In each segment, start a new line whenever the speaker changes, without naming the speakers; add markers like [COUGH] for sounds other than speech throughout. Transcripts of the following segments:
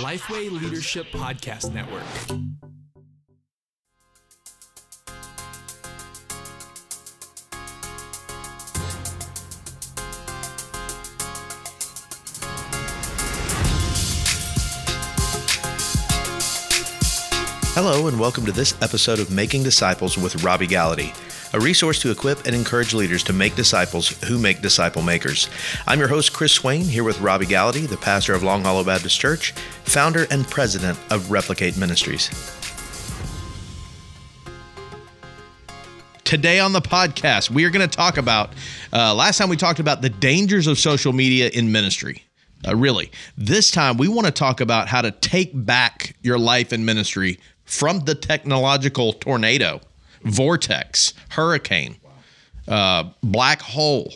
Lifeway Leadership Podcast Network.
Hello, and welcome to this episode of Making Disciples with Robbie Gallaty, a resource to equip and encourage leaders to make disciples who make disciple makers. I'm your host, Chris Swain, here with Robbie Gallaty, the pastor of Long Hollow Baptist Church, founder and president of Replicate Ministries. Today on the podcast, we are going to talk about. Uh, last time we talked about the dangers of social media in ministry. Uh, really, this time we want to talk about how to take back your life in ministry from the technological tornado, vortex, hurricane, uh, black hole.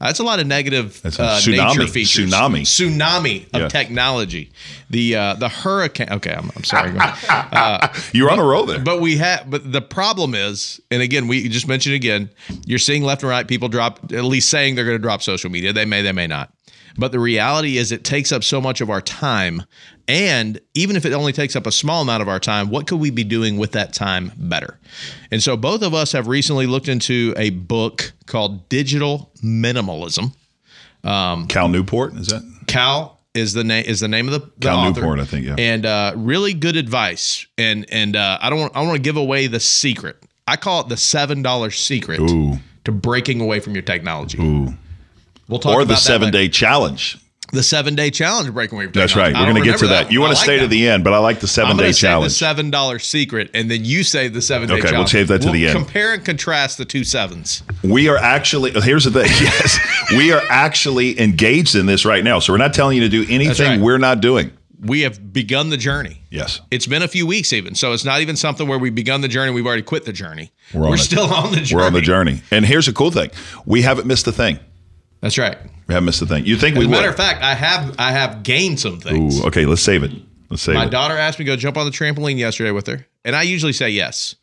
That's a lot of negative
That's a
uh,
tsunami.
nature features.
Tsunami.
tsunami of
Yeah.
technology. The uh, the hurricane. Okay, I'm, I'm sorry. Go ahead.
You're on a roll there.
But we have, but the problem is, and again, we just mentioned again, you're seeing left and right people drop, at least saying they're going to drop social media. They may, they may not. But the reality is, it takes up so much of our time. And even if it only takes up a small amount of our time, what could we be doing with that time better? And so both of us have recently looked into a book called Digital Minimalism.
Cal Newport, is that?
Cal is the name is the name of the, the
Cal
author.
Newport, I think, yeah.
And uh, really good advice. And and uh, I don't want I want to give away the secret. I call it the seven dollar secret
Ooh.
to breaking away from your technology.
Ooh.
We'll talk
Or
about
the
that
seven
later.
day challenge.
the seven day challenge of breaking away. From
That's right.
technology.
We're
I
going to
don't
get to
remember
that. You
one.
want
I
to
like
stay to
that.
the end, but I like the
I'm
seven
going
day
to say the
challenge.
seven dollar secret, and then you say the seven day
Okay, we'll
challenge.
save that to the end.
Compare and contrast the two sevens.
We are actually, here's the thing. [LAUGHS] Yes. we are actually engaged in this right now. So we're not telling you to do anything
right.
we're not doing.
We have begun the journey.
Yes.
It's been a few weeks even, so it's not even something where we've begun the journey. We've already quit the journey. We're,
on it.
still on the journey.
We're on the journey. And here's a cool thing we haven't missed a thing.
That's right.
We haven't missed a thing. You think we
As a
would?
matter of fact, I have I have gained some things.
Ooh, okay, let's save it. Let's save
My
it.
daughter asked me to go jump on the trampoline yesterday with her, and I usually say yes.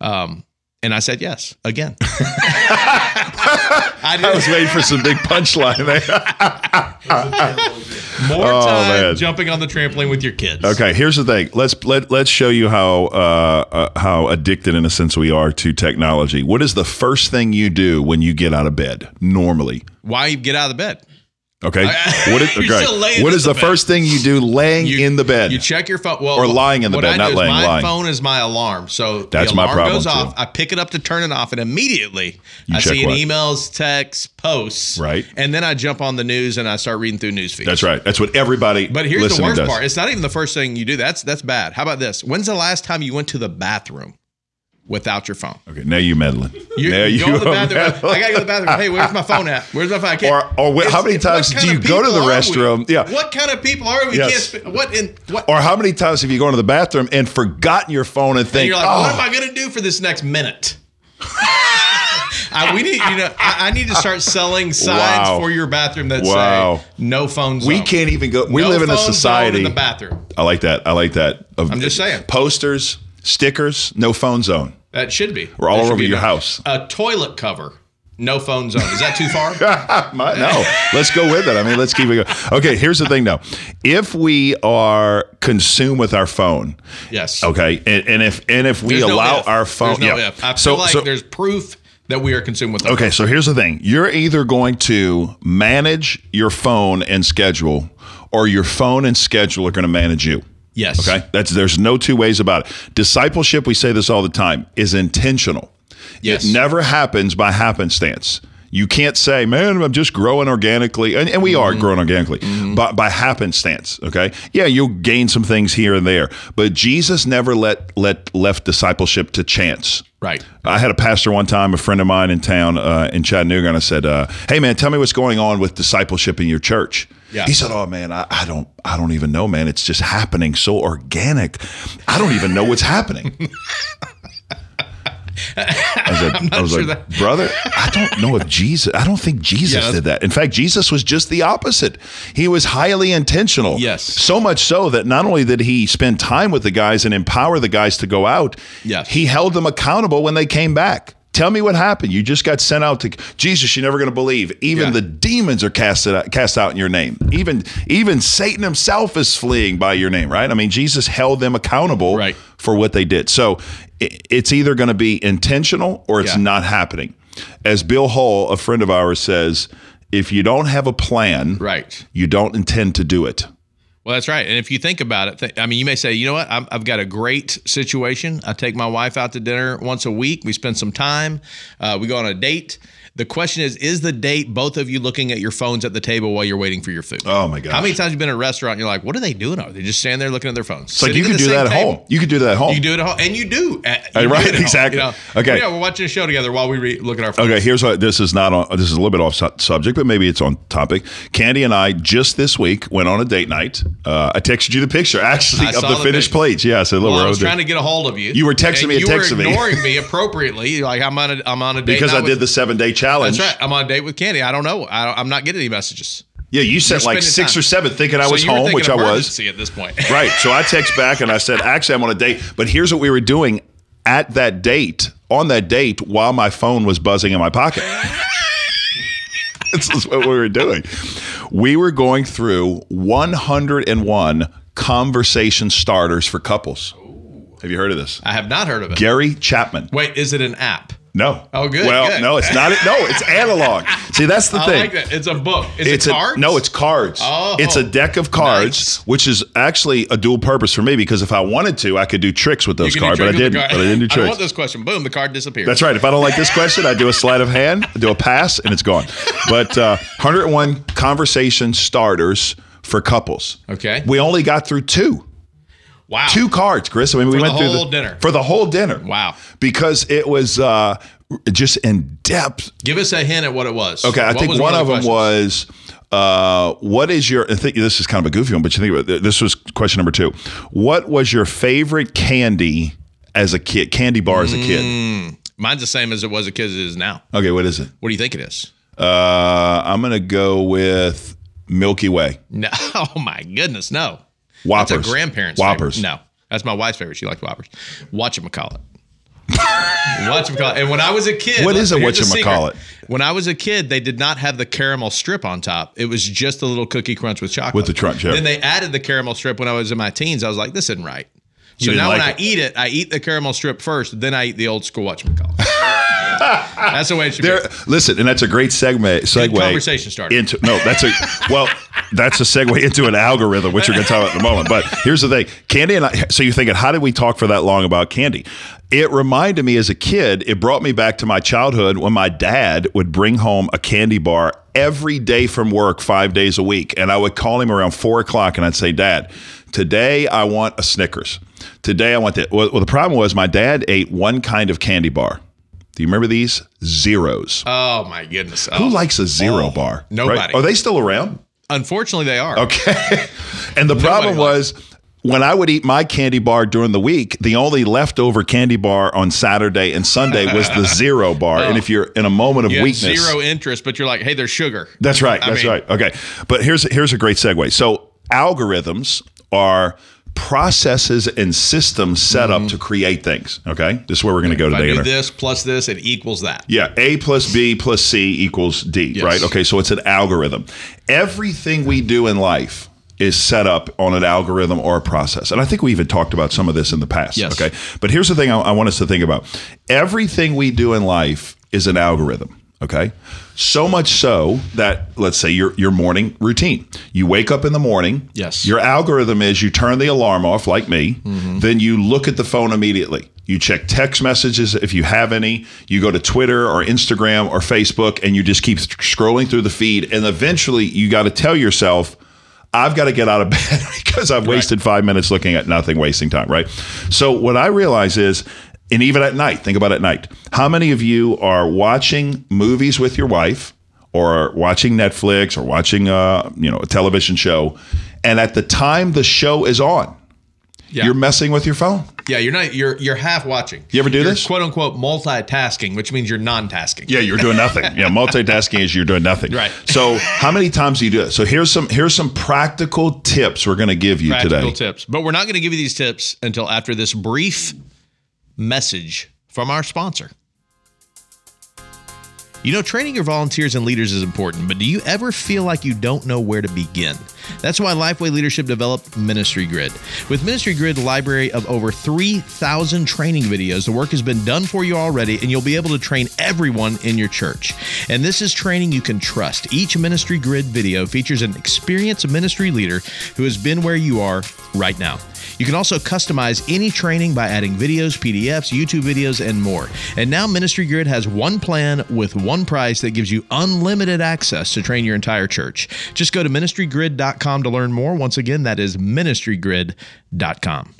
Um, and I said yes
[LAUGHS]
again. I
[LAUGHS] I
did
was waiting for some big punchline there.
more time
Oh, man.
jumping on the trampoline with your kids.
Okay, here's the thing. Let's let let's show you how uh, uh, how addicted in a sense we are to technology. What is the first thing you do when you get out of bed normally?
Why you get out of the bed?
Okay, what
[LAUGHS]
is,
You're
okay.
still laying
what
in
is
the
the
bed.
first thing you do laying
You-
in the bed?
You check your phone. Well,
Or lying in the
what
bed,
I do
not
is
laying,
My
lying.
phone is my alarm, so
That's
the
my
alarm
problem,
goes
too.
off. I pick it up to turn it off, and immediately
You
I
check
see an
what?
emails, texts, posts,
Right.
and then I jump on the news and I start reading through news feeds.
That's right. That's what everybody.
But here's the
listening
worst
does.
part. It's not even the first thing you do. That's that's bad. How about this? When's the last time you went to the bathroom without your phone?
Okay, now you meddling.
You,
now
you go to the
are
bathroom.
meddling.
I gotta go to the bathroom. Hey, where's my phone at? Where's my phone? I can't.
Or, or wh-
It's-
how many
it's what
times
kind
do
of
you go to the
people are we?
restroom? Yeah.
What kind of people are we?
Yes.
Can't sp- what in what?
Or how many times have you gone to the bathroom and forgotten your phone and think,
And you're like,
oh,
what am I going to do for this next minute? [LAUGHS] I, we need, you know, I, I need to start selling signs
Wow.
for your bathroom that
Wow.
say no phones.
we can't even go. We live in a society.
in the bathroom.
I like that. I like that. Of-
I'm just saying.
Posters, stickers, no phone zone.
That should be.
We're all
That should
over
be
your
enough. [LAUGHS]
house.
A toilet cover, no phone zone. Is that too
[LAUGHS]
far?
My- no, let's go with it. I mean, let's keep it going. Okay, here's the thing though. If we are consumed with our phone,
yes.
okay, and, and if and if we
There's no
allow
if.
our
There's
phone,
no
yeah.
if. I feel like there's proof that we are consumed with. our
Okay, so here's the thing. You're either going to manage your phone and schedule, or your phone and schedule are going to manage you.
Yes.
Okay. That's there's no two ways about it. Discipleship, we say this all the time, is intentional.
Yes.
It never happens by happenstance. You can't say, man, I'm just growing organically. And, and we are
Mm-hmm.
growing organically, but by happenstance. Okay. Yeah, you'll gain some things here and there. But Jesus never let let left discipleship to chance.
Right.
I had a pastor one time, a friend of mine in town uh, in Chattanooga, and I said, uh, "Hey, man, tell me what's going on with discipleship in your church."
Yeah.
He said, "Oh man, I, I don't, I don't even know, man. It's just happening so organic. I don't even know
[LAUGHS]
what's happening." I was like, I was
sure
like brother, I don't know if Jesus. I don't think Jesus
that's-
did that. In fact, Jesus was just the opposite. He was highly intentional.
Yes.
so much so that not only did he spend time with the guys and empower the guys to go out,
Yes.
he held them accountable when they came back. Tell me what happened. You just got sent out to Jesus. You're never going to believe. Even
Yeah.
the demons are casted out, cast out in your name. Even even Satan himself is fleeing by your name. Right? I mean, Jesus held them accountable
Right.
for what they did. So i- it's either going to be intentional or it's
Yeah.
not happening. As Bill Hull, a friend of ours, says, if you don't have a plan,
Right.
you don't intend to do it.
Well, that's right. And if you think about it, th- I mean, you may say, you know what? I'm, I've got a great situation. I take my wife out to dinner once a week. We spend some time. Uh, we go on a date. The question is, is the date both of you looking at your phones at the table while you're waiting for your food?
Oh my gosh.
How many times you been in a restaurant and you're like, what are they doing? Are they just standing there looking at their phones?
It's like you could do that at home. You could do that at home.
You do it at home, and you do. at- you
Uh,
do
right,
it at home,
exactly.
you know?
Okay.
Yeah, we're watching a show together while we re- look at our phones.
Okay, here's what this is not on. This is a little bit off su- subject, but maybe it's on topic. Candy and I just this week went on a date night. Uh, I texted you the picture [LAUGHS] actually
I
of
saw
the
the
finished
pic-
plates. Yeah, I said, "Look,
Well,
we're
I
on
was
a date."
trying to get a hold of you.
You were texting
and
me and
you were
texting me.
ignoring
[LAUGHS]
me appropriately. Like I'm on a I'm on a date
because
night
I
with-
did the seven day challenge.
That's right. I'm on a date with Candy. I don't know. I don't, I'm not getting any messages.
Yeah, you sent
You're spending
like six
time.
or seven, thinking I
So
was
you were
home,
thinking
which I was.
emergency at this point. [LAUGHS]
Right. So I text back and I said, actually, I'm on a date. But here's what we were doing at that date, on that date, while my phone was buzzing in my pocket. [LAUGHS] this is what we were doing. We were going through 101 conversation starters for couples. Have you heard of this?
I have not heard of it.
Gary Chapman.
Wait, is it an app?
No.
Oh, good,
Well,
good.
no, it's not. No, it's analog. See, that's the
I
thing
like that. It's a book. Is
it's
it cards?
A, no, it's cards.
Oh.
It's a deck of cards,
Nice.
which is actually a dual purpose for me because if I wanted to, I could do tricks with
You
those
can do
cards, but I
tricks with
didn't.
the
But
card.
I didn't
[LAUGHS]
do
I
tricks.
want this question. Boom, the card disappears.
That's right. If I don't like this question, I do a sleight of hand, I do a pass, and it's gone. But uh, 101 conversation starters for couples.
Okay.
We only got through two.
Wow.
Two cards, Chris. I mean, we
the
went through
whole dinner.
for the whole dinner.
Wow.
Because it was uh, just in depth
Give us a hint at what it was.
Okay, I
What
think
was
one, of them
questions?
was uh, what is your? I think this is kind of a goofy one, but you think about it, this was question number two. What was your favorite candy as a kid? Candy bar as a kid.
Mine's the same as it was a kid as it is now.
Okay, what is it?
What do you think it is? [LAUGHS]
Uh, I'm gonna go with Milky Way
No. Oh my goodness, no.
Whoppers.
That's a grandparents.
Whoppers.
Favorite. No, that's my wife's favorite. She liked Whoppers. Watch him [LAUGHS] call it. Watch him call it. And when I was a kid,
What is a
here's the secret.
whatchamacallit?
When I was a kid, they did not have the caramel strip on top. It was just a little cookie crunch with chocolate.
With the crunch, yeah.
Then they added the caramel strip when I was in my teens. I was like, this isn't right. So
didn't
now when
like
I
it.
eat it, I eat the caramel strip first, then I eat the old school watch
[LAUGHS]
call it. That's the way it should
There,
be.
listen, and that's a great segue. Segue
conversation starter.
Into no, that's a well, that's a segue into an algorithm, which we're going to talk about in a moment. But here's the thing, Candy and I. So you're thinking, how did we talk for that long about Candy? It reminded me as a kid. It brought me back to my childhood when my dad would bring home a candy bar every day from work, five days a week, and I would call him around four o'clock, and I'd say, Dad, today I want a Snickers. Today I want that. Well, well, the problem was my dad ate one kind of candy bar. Do you remember these zeros?
Oh my goodness.
Who
Oh.
likes a zero bar?
nobody.
Right? Are they still around? [LAUGHS]
Unfortunately, they are.
Okay. and the problem was when I would eat my candy bar during the week, the only leftover candy bar on Saturday and Sunday
[LAUGHS]
was the zero bar. And if you're in a moment of
You have
weakness,
Oh. zero interest, but you're like, hey, there's sugar.
that's right.
I
That's
mean-
right. Okay. But here's here's a great segue. So algorithms are processes and systems set up to create things. Okay. This is where we're going to go
Mm-hmm. If I
today. in
do
our-
this plus this, it equals that.
Yeah, A plus B plus C equals D, right? Okay, so it's an algorithm. Everything we do in life is set up on an algorithm or a process. And I think we even talked about some of this in the past.
Yes.
Okay, but here's the thing I, I want us to think about everything we do in life is an algorithm. Okay. So much so that let's say your your morning routine. You wake up in the morning.
Yes.
Your algorithm is you turn the alarm off like me, then you look at the phone immediately. You check text messages if you have any. You go to Twitter or Instagram or Facebook and you just keep scrolling through the feed and eventually you got to tell yourself I've got to get out of [LAUGHS] bed because I've wasted five minutes looking at nothing, wasting time, right? So, what I realize is, and even at night, think about at night, how many of you are watching movies with your wife or watching Netflix or watching, uh, you know, a television show, and at the time the show is on,
Yeah.
you're messing with your phone?
Yeah, you're not. You're you're half watching.
You ever do
You're
this?
Quote unquote multitasking, which means you're non-tasking.
Yeah, you're doing nothing. [LAUGHS] Yeah, multitasking is you're doing nothing.
Right.
So, how many times do you do it? So, here's some here's some practical tips we're going to give you
Practical
today.
tips, but we're not going to give you these tips until after this brief message from our sponsor. You know, training your volunteers and leaders is important, but do you ever feel like you don't know where to begin? That's why Lifeway Leadership developed Ministry Grid. With Ministry Grid library of over 3,000 training videos, the work has been done for you already and you'll be able to train everyone in your church. And this is training you can trust. Each Ministry Grid video features an experienced ministry leader who has been where you are right now. You can also customize any training by adding videos, PDFs, YouTube videos, and more. And now Ministry Grid has one plan with one price that gives you unlimited access to train your entire church. Just go to ministrygrid.com to learn more. Once again, that is ministrygrid.com.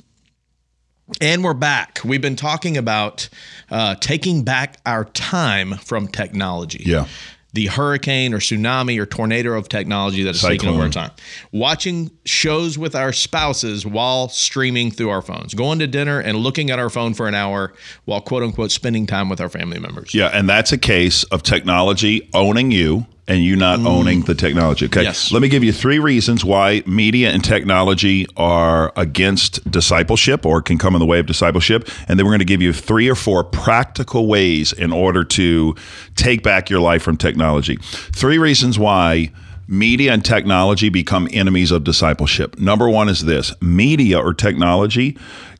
And we're back. We've been talking about uh, taking back our time from technology.
Yeah.
The hurricane or tsunami or tornado of technology that is taking over our time. Watching shows with our spouses while streaming through our phones. Going to dinner and looking at our phone for an hour while quote unquote spending time with our family members.
Yeah, and that's a case of technology owning you and you not owning the technology. Okay.
Yes.
Let me give you three reasons why media and technology are against discipleship or can come in the way of discipleship. And then we're going to give you three or four practical ways in order to take back your life from technology. Three reasons why media and technology become enemies of discipleship. Number one is this media or technology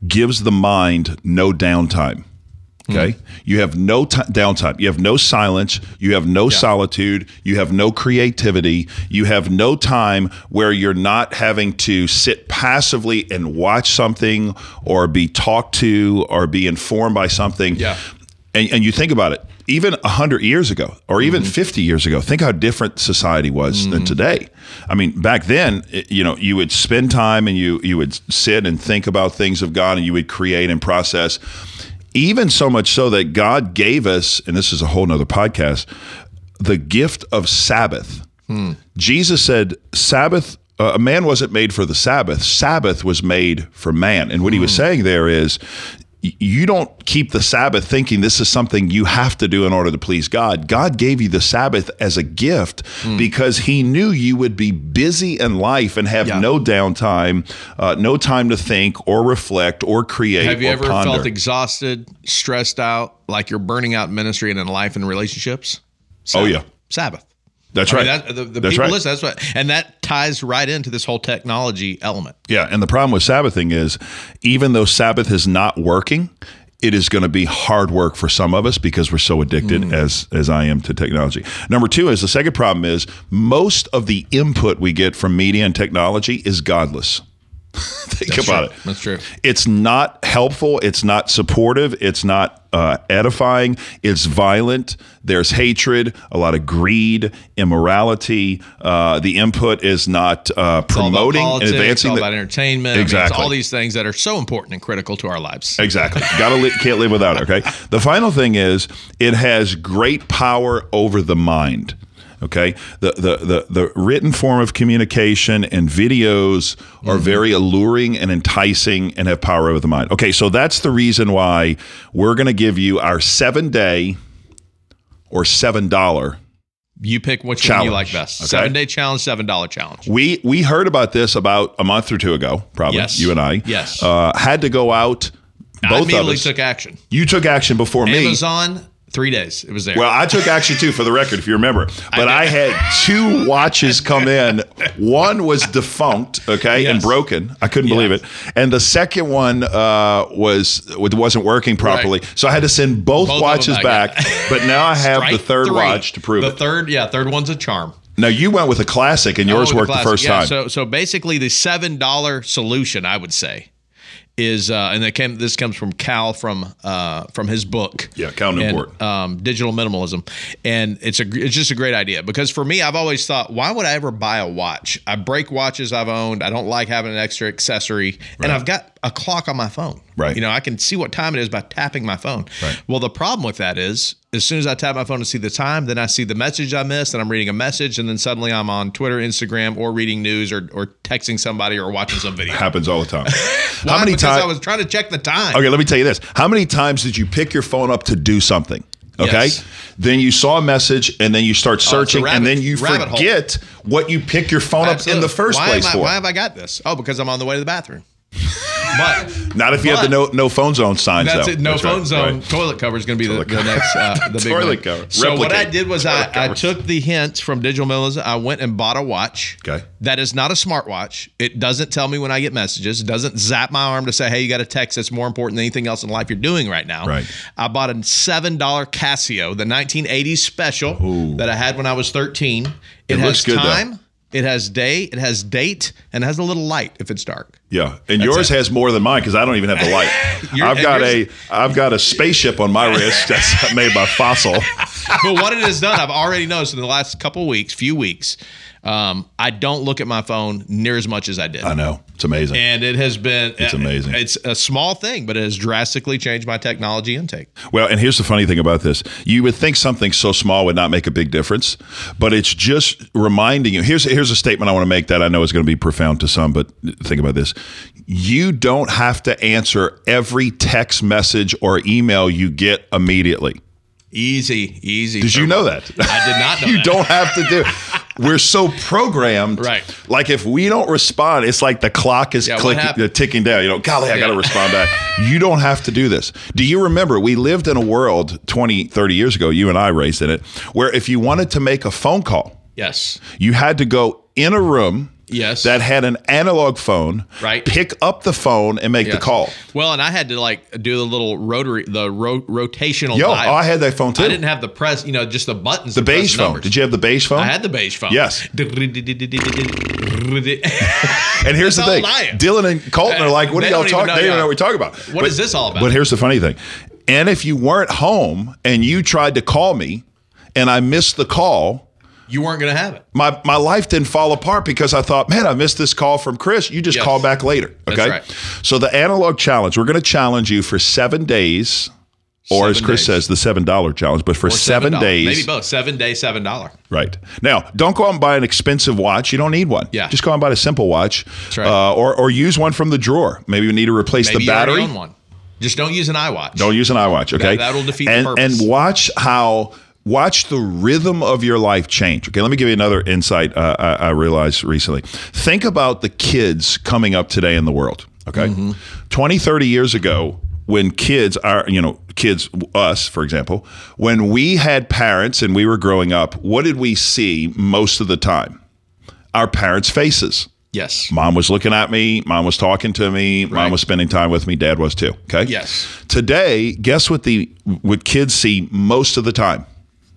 gives the mind no downtime. Okay. You have no ti downtime. You have no silence. You have no solitude. You have no creativity. You have no time where you're not having to sit passively and watch something or be talked to or be informed by something.
Yeah.
And, and you think about it, even 100 years ago or even 50 years ago, think how different society was than today. I mean, back then, it- you know, you would spend time and you, you would sit and think about things of God and you would create and process. Even so much so that God gave us, and this is a whole nother podcast, the gift of Sabbath. Jesus said, Sabbath, uh, a man wasn't made for the Sabbath. Sabbath was made for man. And what he was
Hmm.
saying there is, y- you don't keep the Sabbath thinking this is something you have to do in order to please God. God gave you the Sabbath as a gift
Hmm.
because He knew you would be busy in life and have
Yeah.
no downtime, uh, no time to think or reflect or create.
Have you
or
ever
ponder.
felt exhausted, stressed out, like you're burning out in ministry and in life and relationships?
Oh,
Sabbath.
yeah.
Sabbath.
That's
I
right.
mean, that, the, the
That's
people
right.
listen. That's what, and that ties right into this whole technology element.
Yeah, and the problem with Sabbathing is even though Sabbath is not working, it is going to be hard work for some of us because we're so addicted
Mm.
as as I am to technology. Number 2 is the second problem is most of the input we get from media and technology is godless. [LAUGHS] Think about it.
That's true.
It's not helpful. It's not supportive. It's not uh, edifying. It's violent. There's hatred, a lot of greed, immorality. Uh, the input is not uh,
It's all about
promoting
politics,
and advancing.
It's all
the-
about entertainment. I mean, it's
Exactly.
all these things that are so important and critical to our lives.
Exactly. Gotta li- can't live without it. Okay. The final thing is it has great power over the mind. Okay. The the the, the written form of communication and videos are
Mm-hmm.
very alluring and enticing and have power over the mind. Okay, so that's the reason why we're gonna give you our seven day or seven dollar
You pick which one
Challenge,
you like best.
okay?
Seven day challenge, seven dollar challenge.
We we heard about this about a month or two ago, probably.
Yes.
You and I.
Yes.
Uh, had to go out.
I
Both of
immediately
us.
took action.
you took action before me.
Amazon, three days. It was there.
Well, I took action too, for the record, if you remember. But I, had two watches come in. One was defunct, okay, and
Yes.
broken. I couldn't believe it. And the second one uh, was wasn't working properly, so I had to send both,
Both of them
watches back.
back, [LAUGHS]
But now I have the
Strike
third
three.
watch to prove
the
it.
third, yeah, third one's a charm.
now you went with a classic, and yours
Oh,
worked the
classic.
first
yeah,
time.
So, so basically, the seven dollar solution, I would say, is uh, and that came. This comes from Cal from uh, from his book.
Yeah, Cal
and,
Newport.
um, digital minimalism, and it's a gr- it's just a great idea because for me, I've always thought, why would I ever buy a watch? I break watches I've owned. I don't like having an extra accessory, and I've got a clock on my phone.
Right.
You know, I can see what time it is by tapping my phone.
Right.
Well, the problem with that is, as soon as I tap my phone to see the time, then I see the message I missed, and I'm reading a message, and then suddenly I'm on Twitter, Instagram, or reading news, or or texting somebody, or watching some video.
Happens all
[LAUGHS]
the time.
Why?
How many
because
times?
I was trying to check the time.
Okay, let me tell you this. How many times did you pick your phone up to do something? Okay.
Yes. Oh,
Then you saw a message and then you start searching and
rabbit-
then you
rabbit hole.
forget what you pick your phone up in
Absolutely.
the first
why
place
am I,
for.
Why have I got this? Oh, because I'm on the way to the bathroom. But
Not if you have the
But-
no no phone zone sign.
That's
though.
it. No
That's right,
phone zone.
right.
Toilet cover is going to be the,
Toilet
the
cover.
next uh,
[LAUGHS]
the big
Toilet
one.
cover.
So what I
Replicate
did was
toilet
I, I
covers.
took the hints from Digital Minimalism. I went and bought a watch.
Okay.
That is not a smartwatch. It doesn't tell me when I get messages. It doesn't zap my arm to say, "Hey, you got a text that's more important than anything else in life you're doing right now."
Right.
I bought a seven dollar Casio, the 1980s special that I had when I was 13. It, has
looks good, though.
time. It has day. It has date, and it has a little light if it's dark.
Yeah, and yours
it.
has more than mine because I don't even have the
[LAUGHS]
light.
Your-
I've got
yours-
a I've got a spaceship on my
[LAUGHS]
wrist that's made by fossil.
but what it has done, I've already noticed in the last couple weeks, few weeks, um, I don't look at my phone near as much as I did.
I know it's amazing.
And it has been it's
amazing.
It's a small thing, but it has drastically changed my technology intake.
Well, and here's the funny thing about this. You would think something so small would not make a big difference, but it's just reminding you. Here's here's a statement I want to make that I know is going to be profound to some, but think about this. You don't have to answer every text message or email you get immediately.
Easy, easy.
Did you know that?
I did not know
[LAUGHS] you
that.
don't have to do. We're so programmed,
Right.
Like if we don't respond, it's like the clock is
Yeah, what
clicking,
happened?
ticking down. You know, golly, I got to
Yeah.
respond
[LAUGHS]
back. You don't have to do this. Do you remember we lived in a world 20, 30 years ago? You and I raised in it, where if you wanted to make a phone call,
Yes.
you had to go in a room.
Yes.
That had an analog phone.
Right.
Pick up the phone and make the
Yes.
call.
Well, and I had to like do the little rotary, the ro- rotational.
Yo,
dial.
I had that phone too.
I didn't have the press, you know, just the buttons.
the beige phone. Did you have the beige phone?
I had the beige phone.
Yes. And here's the
That's
thing,
all lying. Uh,
Dylan and Colton are like, "What are
They
y'all
don't even
talking?
know
They don't
y'all-
know what we're talking about.
What is this all about?
But here's the funny thing, and if you weren't home and you tried to call me, and I missed the call,
[LAUGHS] you weren't going to have it.
my my life didn't fall apart because I thought, man, I missed this call from Chris. You just
Yes.
call back later,
That's
okay?
right.
So the analog challenge, we're going to challenge you for seven days, or as
Seven
Chris
days.
says, the seven dollar challenge. But for
Or
seven
$7.
days,
Maybe both. Seven day, seven dollar.
Right. Now, don't go out and buy an expensive watch. You don't need one.
Yeah.
Just go out and buy a simple watch.
right.
uh, or, or use one from the drawer. Maybe you need to replace
Maybe
the
you already
battery.
own one. Just don't use an iWatch.
Don't use an iWatch, okay?
that'll defeat the
and,
purpose.
And watch how watch the rhythm of your life change. Okay, let me give you another insight uh, I, I realized recently. Think about the kids coming up today in the world. Okay,
Mm-hmm.
Twenty, thirty 20, 30 years ago, when kids are you know kids us for example, when we had parents and we were growing up, what did we see most of the time? Our parents' faces.
Yes.
Mom was looking at me. Mom was talking to me. Mom
Right.
was spending time with me. Dad was too. Okay.
Yes.
Today, guess what the what kids see most of the time?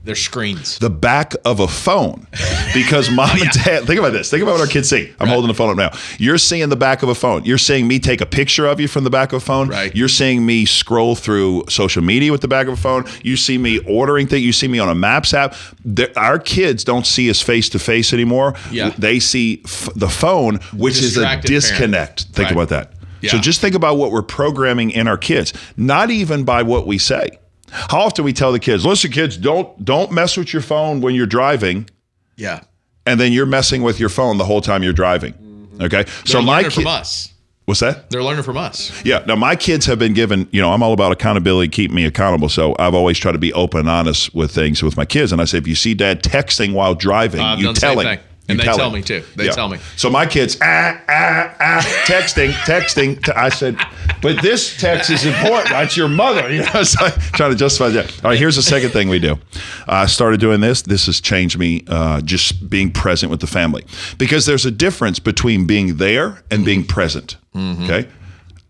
They're screens.
The back of a phone, because mom
[LAUGHS]
and dad. Think about this. Think about what our kids see. I'm holding the phone up now. You're seeing the back of a phone. You're seeing me take a picture of you from the back of a phone.
Right.
You're seeing me scroll through social media with the back of a phone. You see me ordering things. You see me on a Maps app. The- our kids don't see us face to face anymore.
Yeah.
They see f- the phone, which is a
Distracted parent.
disconnect. Think
Right.
about that. So
Yeah.
just think about what we're programming in our kids, not even by what we say. How often we tell the kids, "Listen, kids, don't don't mess with your phone when you're driving,"
Yeah.
and then you're messing with your phone the whole time you're driving. Okay,
Mm-hmm.
so
They're
my
learning
kid,
from us.
what's that?
They're learning from us.
Yeah. Now my kids have been given, you know, I'm all about accountability, keep me accountable. So I've always tried to be open and honest with things with my kids. And I say, if you see dad texting while driving,
I've
you
done the
tell
same
him.
thing. And
You
they tell
him.
me, too. They tell me.
So my kids, ah, ah, ah, texting, texting. T- I said, but this text is important. That's your mother. [LAUGHS] You know, it's like trying to justify that. All right, here's the second thing we do. I started doing this. This has changed me uh, just being present with the family because there's a difference between being there and being present.
Mm-hmm.
Okay.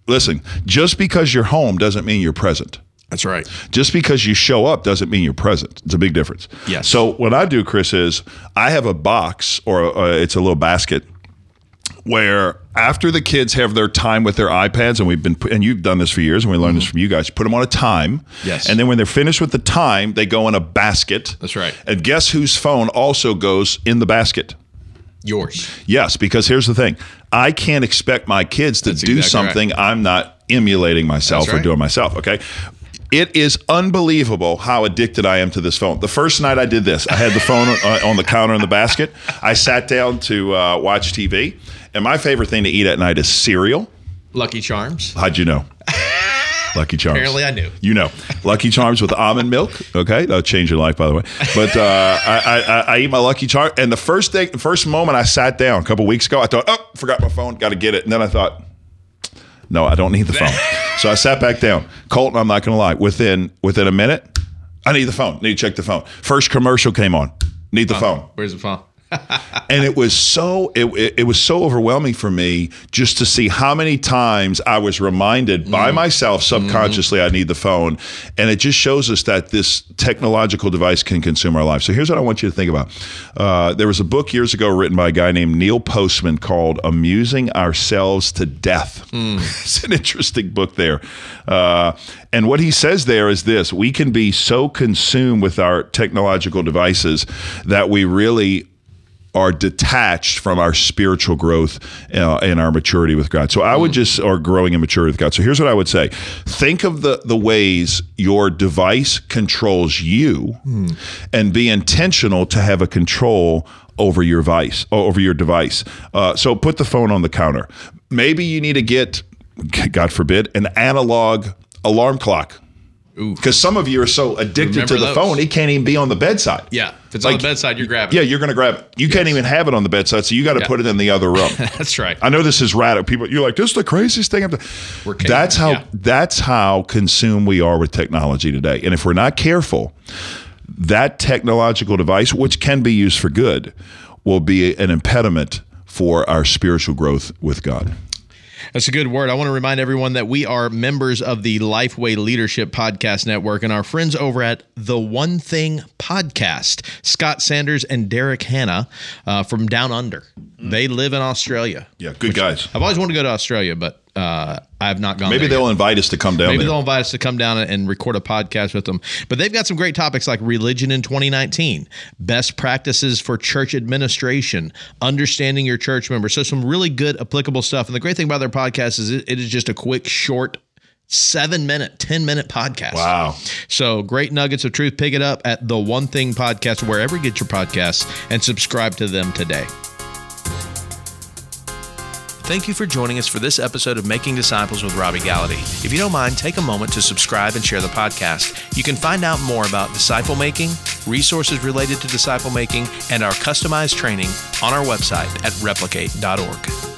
Listen, just because you're home doesn't mean you're present.
That's right.
Just because you show up doesn't mean you're present. It's a big difference.
Yes.
So what I do, Chris, is I have a box or a, a- it's a little basket where after the kids have their time with their iPads, and we've been put- and you've done this for years, and we learned this from you guys. Put them on a time.
Mm-hmm. Yes.
And then when they're finished with the time, they go in a basket.
That's right.
And guess whose phone also goes in the basket?
Yours.
Yes, because here's the thing. I can't expect my kids to do
exactly
something I'm not emulating myself
That's
or
right.
doing myself, okay? It is unbelievable how addicted I am to this phone. The first night I did this, I had
[LAUGHS]
the phone on, on the counter in the basket. I sat down to uh, watch TV, and my favorite thing to eat at night is cereal.
Lucky Charms.
How'd
[LAUGHS]
you know? Lucky Charms.
Apparently I knew.
You know, Lucky Charms with almond milk. Okay, that'll change your life, by the way. But uh, I, I, I, I eat my Lucky Charm, and the first day, the first moment I sat down a couple weeks ago, I thought, oh, forgot my phone, got to get it, and then I thought. No, I don't need the phone. so I sat back down. Colton, I'm not going to lie. Within within a minute, I need the phone. Need to check the phone. First commercial came on. Need the phone
Where's the phone?
and it was so it, it, it was so overwhelming for me just to see how many times i was reminded by myself subconsciously i need the phone and it just shows us that this technological device can consume our lives so here's what i want you to think about uh, there was a book years ago written by a guy named neil postman called amusing ourselves to death [LAUGHS] it's an interesting book there uh, and what he says there is this we can be so consumed with our technological devices that we really are detached from our spiritual growth uh, and our maturity with God. So I would
Hmm.
just are growing in maturity with God. So here's what I would say: think of the the ways your device controls you,
Hmm.
and be intentional to have a control over your vice o- over your device. Uh, so put the phone on the counter. Maybe you need to get, God forbid, an analog alarm clock. Because some of you are so addicted
Remember
to the
those.
phone, it can't even be on the bedside.
Yeah. If it's on
Like-
the bedside, you're grabbing.
Yeah,
it.
you're going to grab it. You can't even have it on the bedside, so you got to put it in the other
[LAUGHS]
room.
That's right.
I know this is radical. People, you're like, this is the craziest thing. I've done.
We're cavemen,
That's how
yeah.
that's how consumed we are with technology today. And if we're not careful, that technological device, which can be used for good, will be an impediment for our spiritual growth with God.
That's a good word. I want to remind everyone that we are members of the Lifeway Leadership Podcast Network and our friends over at The One Thing Podcast, Scott Sanders and Derek Hanna uh, from Down Under. They live in Australia.
Yeah, good guys.
I've always wanted to go to Australia, but uh, I have not gone.
Maybe
there
they'll invite us to come down
Maybe
there.
they'll invite us to come down and- and record a podcast with them. But they've got some great topics like religion in 2019, best practices for church administration, understanding your church members. So some really good applicable stuff. And the great thing about their podcast is it, it is just a quick, short, seven minute, 10 minute podcast.
Wow.
So great nuggets of truth. Pick it up at the One Thing Podcast, wherever you get your podcasts, and subscribe to them today. Thank you for joining us for this episode of Making Disciples with Robbie Gallaty. If you don't mind, take a moment to subscribe and share the podcast. You can find out more about disciple making, resources related to disciple making, and our customized training on our website at replicate.org.